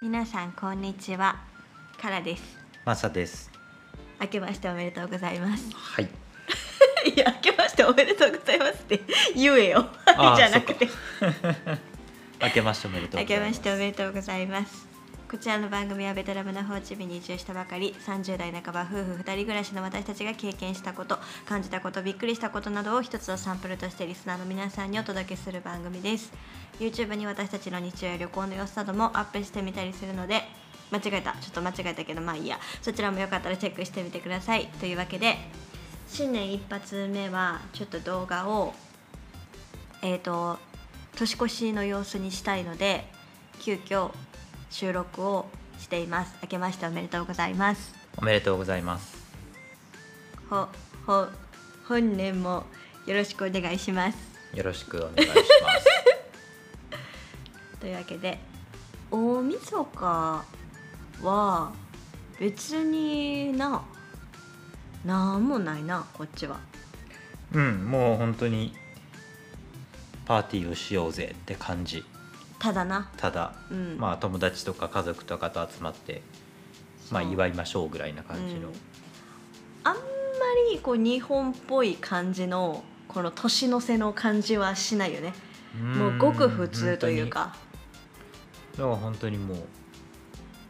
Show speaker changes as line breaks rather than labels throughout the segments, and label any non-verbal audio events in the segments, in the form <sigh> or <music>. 皆さんこんにちはカラです
マサです。
明けましておめでとうございます
はい。
<laughs> いや明けましておめでとうございますって言えよ
あ
<laughs>
ー
じゃなくて
明けましておめでとう
明
ござ
け
いま
ま
す。
しておめでとうございますこちらの番組はベトナムのホーチミンに移住したばかり30代半ば夫婦2人暮らしの私たちが経験したこと感じたことびっくりしたことなどを一つのサンプルとしてリスナーの皆さんにお届けする番組です YouTube に私たちの日常や旅行の様子などもアップしてみたりするので間違えたちょっと間違えたけどまあいいやそちらもよかったらチェックしてみてくださいというわけで新年一発目はちょっと動画をえー、と年越しの様子にしたいので急遽収録をしています明けましておめでとうございます
おめでとうございます。
ほほ本年もよろしくお願いします
よろしくお願いします。
というわけで大晦日は別にななんもないなこっちは
<laughs> うん、もう本当にパーティーをしようぜって感じ。
ただな
ただ、
うん
まあ友達とか家族とかと集まって、まあ
そう
祝いましょうぐらいな感じ
う
の
ん。あんまりこう日本っぽい感じのこの年の瀬の感じはしないよねもうごく普通というか
うん。本当にだから本当にもう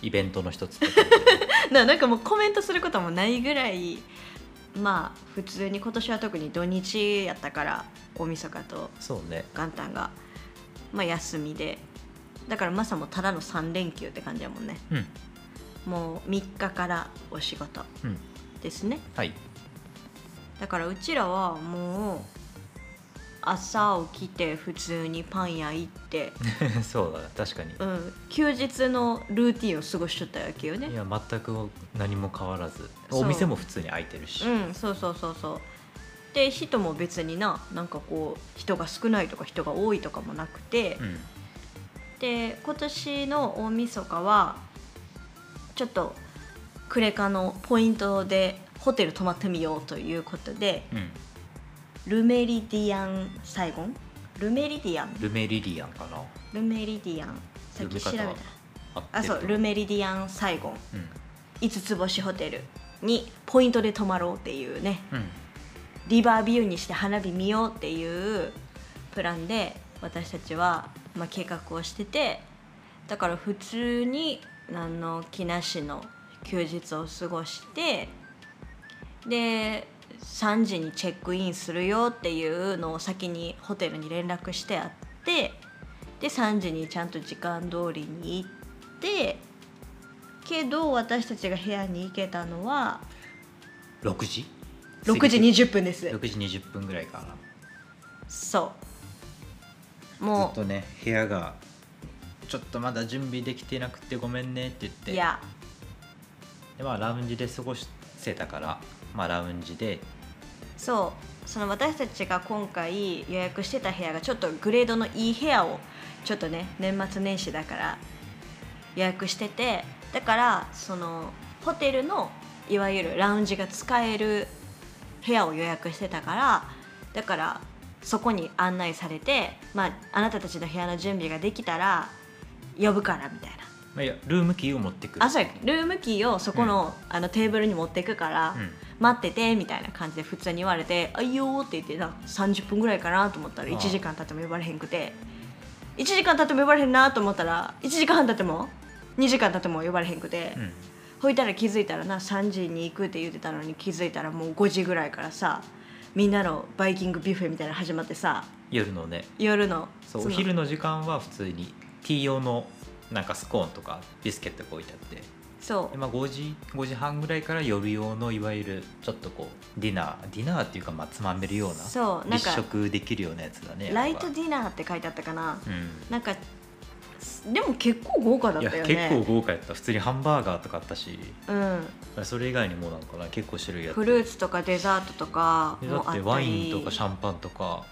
イベントの一つって感じ。
ななんかもうコメントすることもないぐらいまあ普通に今年は特に土日やったから大晦日と
<laughs> そうね。
元旦が、まあ、休みでだからマサもただの3連休って感じやもんね
うん。
もう3日からお仕事
うん。
ですね
はい。 <laughs>
だからうちらはもう朝起きて普通にパン屋行って、
そうだ。確かに。
うん、休日のルーティンを過ごしとったわけよね
いや全く何も変わらず
そう
お店も普通に開いてるし、
うんそうそうそうそうで人も別にななんかこう人が少ないとか人が多いとかもなくて、
うん
で今年の大晦日はちょっとクレカのポイントでホテル泊まってみようということで
うん
ルメリディアンサイゴンルメリディアン
ルメリリアンかな
ルメリディアンさっき調べた
呼び方合っ
あ
てると
そうルメリディアンサイゴン
うん
5つ星ホテルにポイントで泊まろうっていうね
うん
リバービューにして花火見ようっていうプランで私たちは、まあ、計画をしててだから普通に何の気なしの休日を過ごしてで3時にチェックインするよっていうのを先にホテルに連絡してあってで3時にちゃんと時間通りに行ってけど私たちが部屋に行けたのは
6時
6時20分です。
6時20分ぐらいか
そう
なず
も
っ
う
とね部屋がちょっとまだ準備できてなくてごめんねって言って
いや
でまあラウンジで過ごせたからまあラウンジで
そうその私たちが今回予約してた部屋がちょっとグレードのいい部屋をちょっとね年末年始だから予約しててだからそのホテルのいわゆるラウンジが使える部屋を予約してたからだからそこに案内されて、まあ、あなたたちの部屋の準備ができたら呼ぶからみたいな
まあいやルームキーを持ってくる
あそうやルームキーをそこの,、あのテーブルに持っていくから、
うん
待っててみたいな感じで普通に言われて「あいいよ」って言ってな30分ぐらいかなと思ったら
ああ
1時間経っても呼ばれへんくて1時間経っても呼ばれへんなと思ったら1時間半経っても2時間経っても呼ばれへんくて、
うん
ほいたら気づいたらな3時に行くって言ってたのに気づいたらもう5時ぐらいからさみんなのバイキングビュッフェみたいなの始まってさ
夜のね
夜の
そう
その
お昼の時間は普通にティー用のなんかスコーンとかビスケットが置いてあって
そ
で
う
まあ、5, 時5時半ぐらいから夜用のいわゆるちょっとこうディナーディナーっていうかまあつまめるような
そうなんか
立食できるようなやつだね
ライト
やっ
ディナーって書いてあったかな
ぱ
なんかすでも結構豪華だ
うん、
っ
いや
たよ
結
ね
構豪華やった普通にハンバーガーとかあったし
うん、
それ以外にもなんかな結構種類やって
フルーツとかデザートとか
で
も
だ
あった
って
り
ワインとかシャンパンとか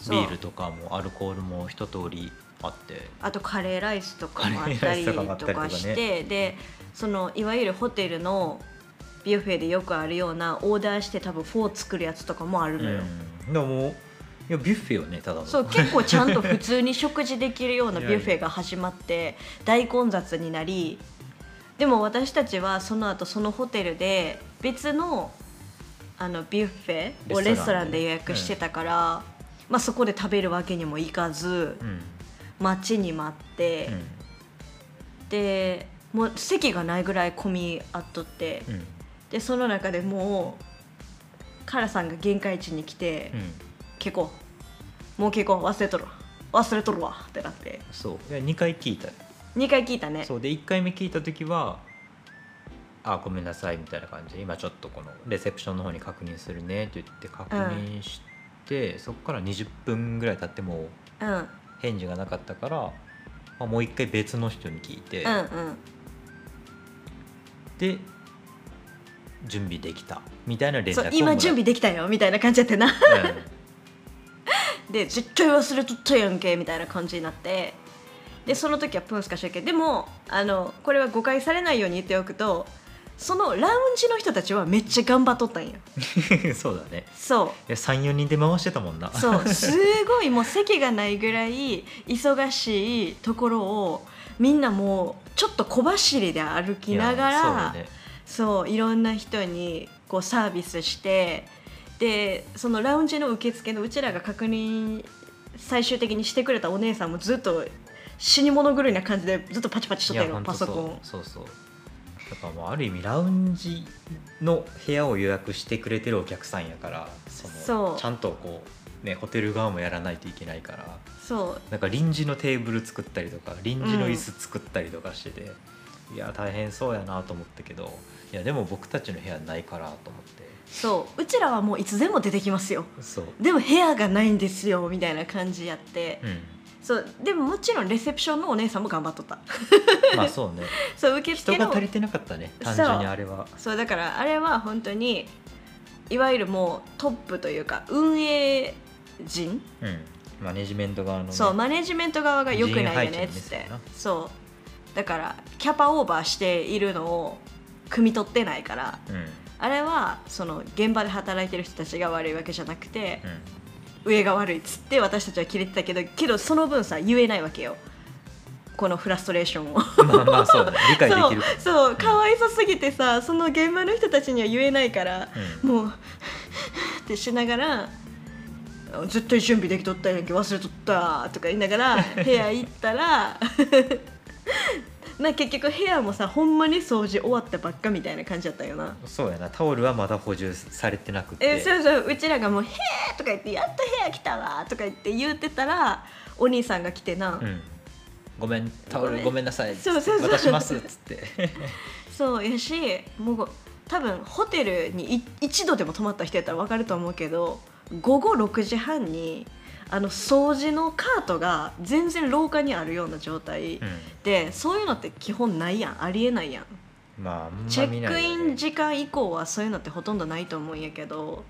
そう
ビールとかもアルコールも一通りあって
あとカレーライスとかもあったり
カレーライスとかもあった
と
りとか
か
ね
してでそのいわゆるホテルのビュッフェでよくあるようなオーダーして多分フォー作るやつとかもあるのよ、
うんでももうやビュッフェよねただの
そう結構ちゃんと普通に食事できるようなビュッフェが始まって大混雑になりでも私たちはその後そのホテルで別のあのビュッフェをレ
レ
ス
ス
ト
ト
ラ
ラ
ン
ンで
で予約してたから、まあ、そこで食べるわけにもいかず
うん、
待ちに待って、でもう席がないぐらい混み合っとって、
うんうん
でその中でもうカラさんが限界値に来て。
うん
結構もう結構忘れとるわ忘れとるわってなって
そういや2回聞いた
2回聞いたね
そうで1回目聞いた時は「あごめんなさい」みたいな感じで今ちょっとこのレセプションの方に確認するねって言って確認して、そこから20分ぐらい経っても
うんうん
返事がなかったから、まあ、もう1回別の人に聞いて、
うん
で準備できたみたいな連絡
そう
をもら
今
っ
準備できたよみたいな感じやってな <laughs> で絶対忘れとったやんけみたいな感じになってでその時はプンスカしかけでもあのこれは誤解されないように言っておくとそのラウンジの人たちはめっちゃ頑張っとったんよ
うん <laughs> そうだね
そう
34人で回してたもんな <laughs>
そうすごいもう席がないぐらい忙しいところをみんなもうちょっと小走りで歩きなが
い <laughs> やそうだ
ら
ね
そういろんな人にこうサービスしてでそのラウンジの受付のうちらが確認最終的にしてくれたお姉さんもずっと死に物狂いな感じでずっとパチパチしとった
いや
よ
ほんと
パソコン
そうそうそうだからもうある意味ラウンジの部屋を予約してくれてるお客さんやからその
そう
ちゃんとこうねホテル側もやらないといけないから
そう
なんか臨時のテーブル作ったりとか臨時の椅子作ったりとかしてて、いや大変そうやなと思ったけどいやでも僕たちの部屋ないからと思って
そううちらはもういつでも出てきますよ
そう、
でも部屋がないんですよみたいな感じやって
うん、
そうでももちろんレセプションのお姉さんも頑張っ
<laughs>
とった
まあそう
<laughs>
ね
そう受
人
付の
が足りてなかったね単純にあれは
そうだからあれは本当にいわゆるもうトップというか運営陣、
う、ん、マネジメント側の、ね、
そうマネジメント側が良くないよねっつっ
人員配置のミス
て
やな
そうだからキャパオーバーしているのを汲み取ってないから
うんうん
あれはその現場で働いてる人たちが悪いわけじゃなくて、上が悪いっつって私たちはキレてたけどけどその分さ言えないわけよこのフラストレーションを。
まあまあそうだね理解できるから
そうそうかわいそすぎてさその現場の人たちには言えないから、
うん
もうってしながら「絶対準備できとったやんけ忘れとった」とか言いながら部屋行ったら <laughs> な結局部屋もさほんまに掃除終わったばっかみたいな感じだったよな。
そうやなタオルはまだ補充されてなくて
えそうそううちらがもう「へえ!」とか言って「やっと部屋来たわ」とか言って言ってたらお兄さんが来てな、
うん、ごめんタオ
ご
ル
めん
ごめんなさいっつっ
そう
て
そうそう
渡しますっつって
そうやしもう多分ホテルにい一度でも泊まった人やったら分かると思うけど午後6時半にあの掃除のカートが全然廊下にあるような状態、
うん
でそういうのって基本ないやんありえないやん、
まああん
チ
ま
ェ
見
ッ
な
ク
い
イ
よね
ン時間以降はそういうのってほとんどないと思うんやけど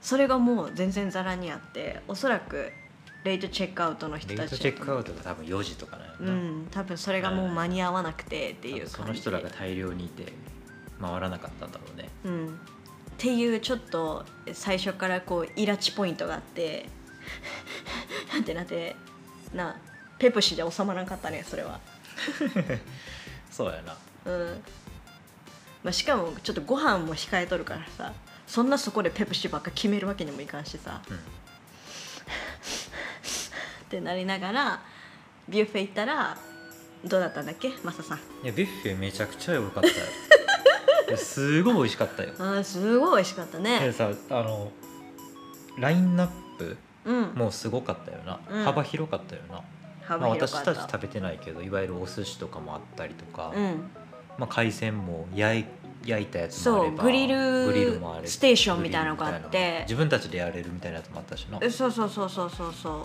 それがもう全然ざらにあっておそらくレイトチェックアウトの人
レイ
た
ト
ち
チ
やと思う
ェックアウトが多分4時とかなんや
う
な、
ん多分それがもう間に合わなくてっていう感じ
その人らが大量にいて回らなかったんだろうね
うん、っていうちょっと最初からこうイラチポイントがあって <laughs> ってなってなペプシじゃ収まらんかったねそれは、
そうやな
うんまあ、しかもちょっとご飯も控えとるからさそんなそこでペプシばっか決めるわけにもいかんしさ
うん
ってなりながらビュッフェ行ったらどうだったんだっけマサさん
いやビュッフェめちゃくちゃ良かったよ
<laughs>
いやすごい美味しかったよ
あーすごい美味しかった
で
ね
さあのラインナップ
うん
もうすごかったよな、
うん
幅広かったよなまあ、
幅広
私
かった
たち食べてないけどいわゆるお寿司とかもあったりとか、
うん
まあ、海鮮も焼い焼いたやつもあ
そ
れ
う
ば
グリル
グリルもあれ
ステーションみたいなのがあって
グリルみたいなの自分たちでやれるみたいなやつもあったしな
えそうそうそうそうそうそう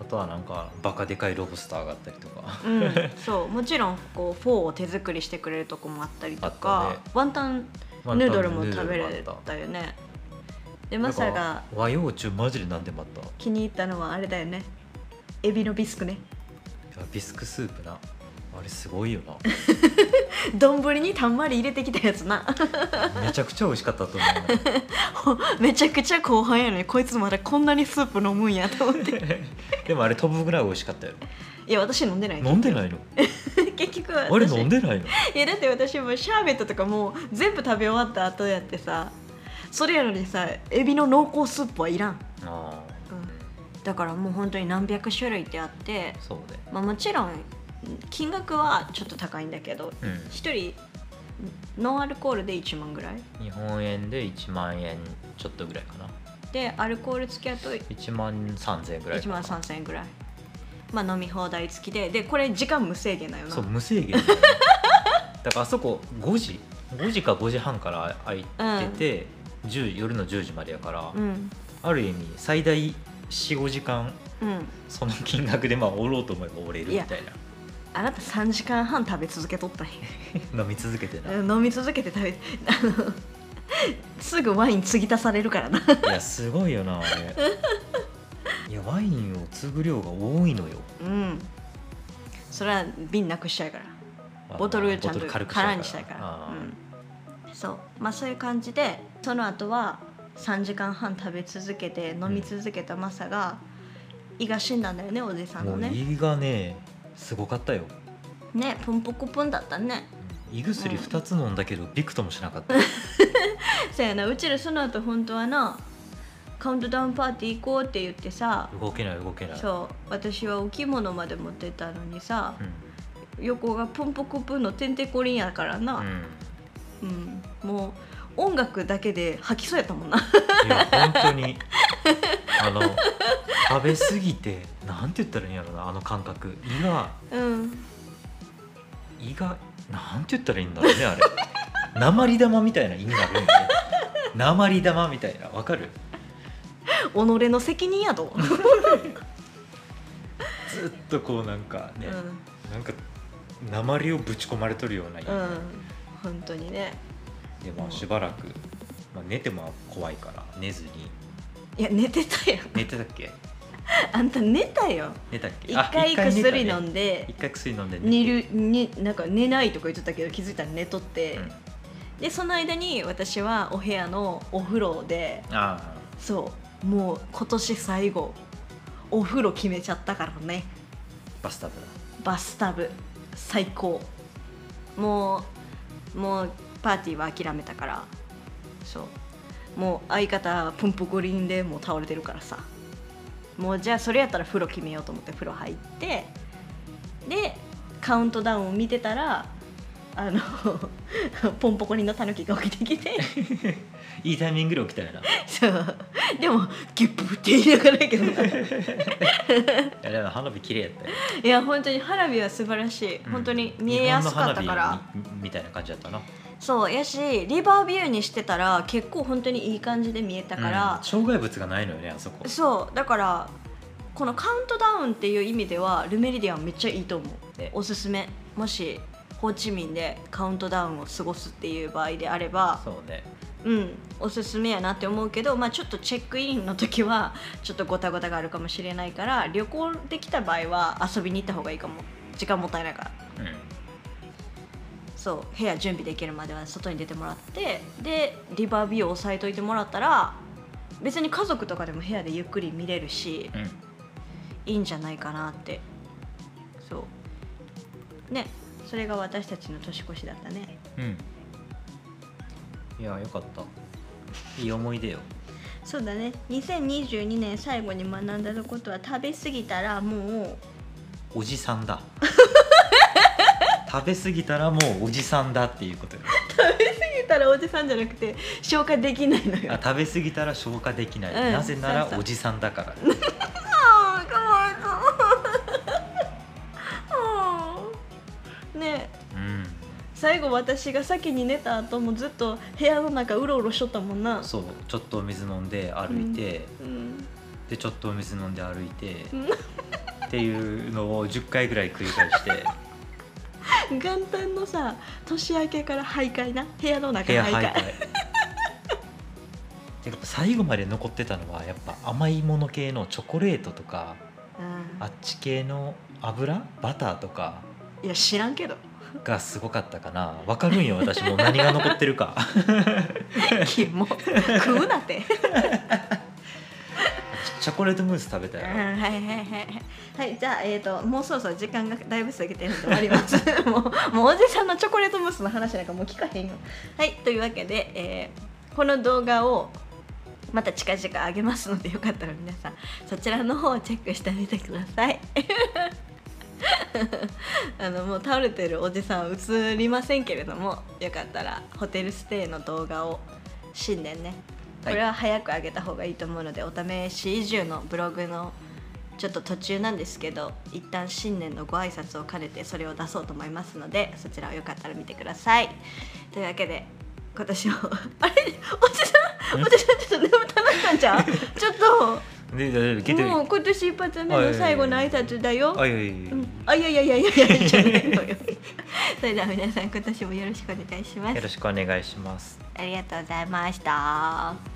あとはなんかバカでかいロブスターがあったりとか
うん、そうもちろんこうフォーを手作りしてくれるとこもあったりと
あっ
か、
たね
ワンタン <laughs> ヌードルも食べれたよねでマサ
なん
が
か和洋中マジで何でもあったい
気に入ったのはあれだよねエビのビスクね
やビスクスープなあれすごいよな
丼にたんまり入れてきたやつな <laughs>
めちゃくちゃ美味しかったと思う
めちゃくちゃ後半やのにこいつまだこんなにスープ飲むんやと思って
<laughs> でもあれ飛ぶぐらい美味しかったよ
いや私飲んでない
飲んでないの
<laughs> 結局は
あれ飲んでないの
いやだって私もシャーベットとかもう全部食べ終わった後やってさそれやのにさエビの濃厚スープはいらん、
あ
うん、だからもう本当に何百種類ってあって
あ、そうね
まあ、もちろん金額はちょっと高いんだけど
う
1人ノンアルコールで1万ぐらい
ん日本円で1万円ちょっとぐらいかな
でアルコール付きやと
1万3000円ぐらい
1
かな
万3000円ぐらいまあ飲み放題付きででこれ時間無制限だよな
そう無制限だ,、ね、だからあそこ5時5時か5時半から開いてて、10夜の10時までやから、
うん
ある意味最大45時間
うん
その金額でまあおろうと思えば折れるみたい
あなた3時間半食べ続けとったんや
な飲み続けてな、
飲み続けて食べてあのすぐワイン継ぎ足されるからない
やすごいよなあれいやワインを継ぐ量が多いのよ
うんそれは瓶なくしちゃうからボトルちゃんと
ボトル軽く
空にしたいから
あー
うん、そうまあそういう感じでその後は3時間半食べ続けて飲み続けたマサが胃が死んだんだよねおじさん
も
の
う
ね
胃がねすごかったよ
ねポンポコポンだったね <laughs>
胃薬
うん
2つ飲んだけどびくともしなかった、
そやなうちらその後本当はなカウントダウンパーティー行こうって言ってさ
動けない動けない
そう私はお着物まで持ってたのにさ、
うん
横がポンポコプンのてんてこりんやから
う
な、
ん
うんもう音楽だけで吐きそうやった
<laughs>
もんな
いや本当にあの食べ過ぎてなんて言ったらいいんやろなあの感覚胃が
うん
胃がなんて言ったらいいんだろう
<laughs>
ねあれ鉛玉みたいな胃になるんよね鉛玉みたいなわかる
己の責任やと、
ずっとこうなんか
う
ね、
んうん
なんか鉛をぶち込まれとるような胃、
本当にね
でまあしばらく、まあ、寝ても怖いから寝ずに
いや寝てたよ <laughs>
寝てたっけ
あんた寝たよ
寝たっけ
一
あ
回
寝たね
薬飲んで、
一回薬飲んで
寝
寝て
るになんか寝ないとか言っとったけど気づいたら寝とって、
うん
でその間に私はお部屋のお風呂で
あ
そうもう今年最後お風呂決めちゃったからね
あバスタブだ
バスタブ最高もうもうパーティーは諦めたからそうもう相方プンポコリンでもう倒れてるからさもうじゃあそれやったら風呂決めようと思って風呂入ってでカウントダウンを見てたらあの <laughs> ポンポコリンのタヌキが起きて <laughs> きて
いいタイミングで起きたよ
<laughs>
な。い
そうでもギュップって言いながらやけどな
やでも花火綺麗やったよ。
いや本当に花火は素晴らしい、本当に見えやすかったから
日本の花火みみたいな感じだったな。
そうやしリバービューにしてたら結構本当にいい感じで見えたか
うん
ら、
障害物がないのよねあそこ。
そうだからこのカウントダウンっていう意味ではルメリディアンめっちゃいいと思う
ね
おすすめもしホーチミンでカウントダウンを過ごすっていう場合であれば
そうね。
うんおすすめやなって思うけど、まあ、ちょっとチェックインの時はちょっとごたごたがあるかもしれないから旅行できた場合は遊びに行った方がいいかも時間もったいないから。
う
そう部屋準備できるまでは外に出てもらってでリバービューを押さえといてもらったら別に家族とかでも部屋でゆっくり見れるし
ん。うん。
いいんじゃないかなってそうねそれが私たちの年越しだったね
うん。いやよかった。いい思い出よ。
そうだね2022年最後に学んだことは食べ過ぎたらも
おじ
<laughs>
さんだ。食べ過ぎたらもうおじさんだっていうことよ。
う言ったらおじさんじゃなくて消化できないの
あ
よ
食べ過ぎたら消化できない。
うん
なぜな
そうそ
ら
う
おじさんだから。
あーかわい <laughs> そううんねえ
うん。
最後私が先に寝た後もずっと部屋の中うろうろしとったもんな
そうちょっとお水飲んで歩いて。
うん
でちょっとお水飲んで歩いて
うん
っていうのを10回ぐらい繰り返して
元旦のさ年明けから徘徊な部屋の中
部屋
徘
徘
徊
徊でやっぱ最後まで残ってたのはやっぱ甘いもの系のチョコレートとか
うん
あっち系の油バターとか
いや知らんけど
がすごかったかなわかるんよ私もう何が残ってるか
キモ食うなって
チョコレートムース食べた
うん
よ、
はいはいはいはいはいじゃあえっ、ともうそろそろ時間がだいぶ過ぎてるので終わります <laughs> もうもうおじさんのチョコレートムースの話なんかもう聞かへんよはいというわけで、えーこの動画をまた近々上げますのでよかったら皆さんそちらの方をチェックしてみてください <laughs> あのもう倒れてるおじさんは映りませんけれどもよかったらホテルステイの動画を新年ねこれは早く上げた方がいいと思うので、お試し移住のブログのちょっと途中なんですけど一旦新年のご挨拶を兼ねてそれを出そうと思いますのでそちらをよかったら見てくださいというわけで今年も <laughs> あれおじさんおじさんちょっと眠たなったんじゃ
<laughs>
んちょっと
ででで聞いてる
もう今年一発目の最後の挨拶だよ
あいやいやいや
うんあいやいやいやいやいやじゃないの
<laughs>
よそれでは皆さん今年もよろしくお願いします
よろしくお願いします
ありがとうございました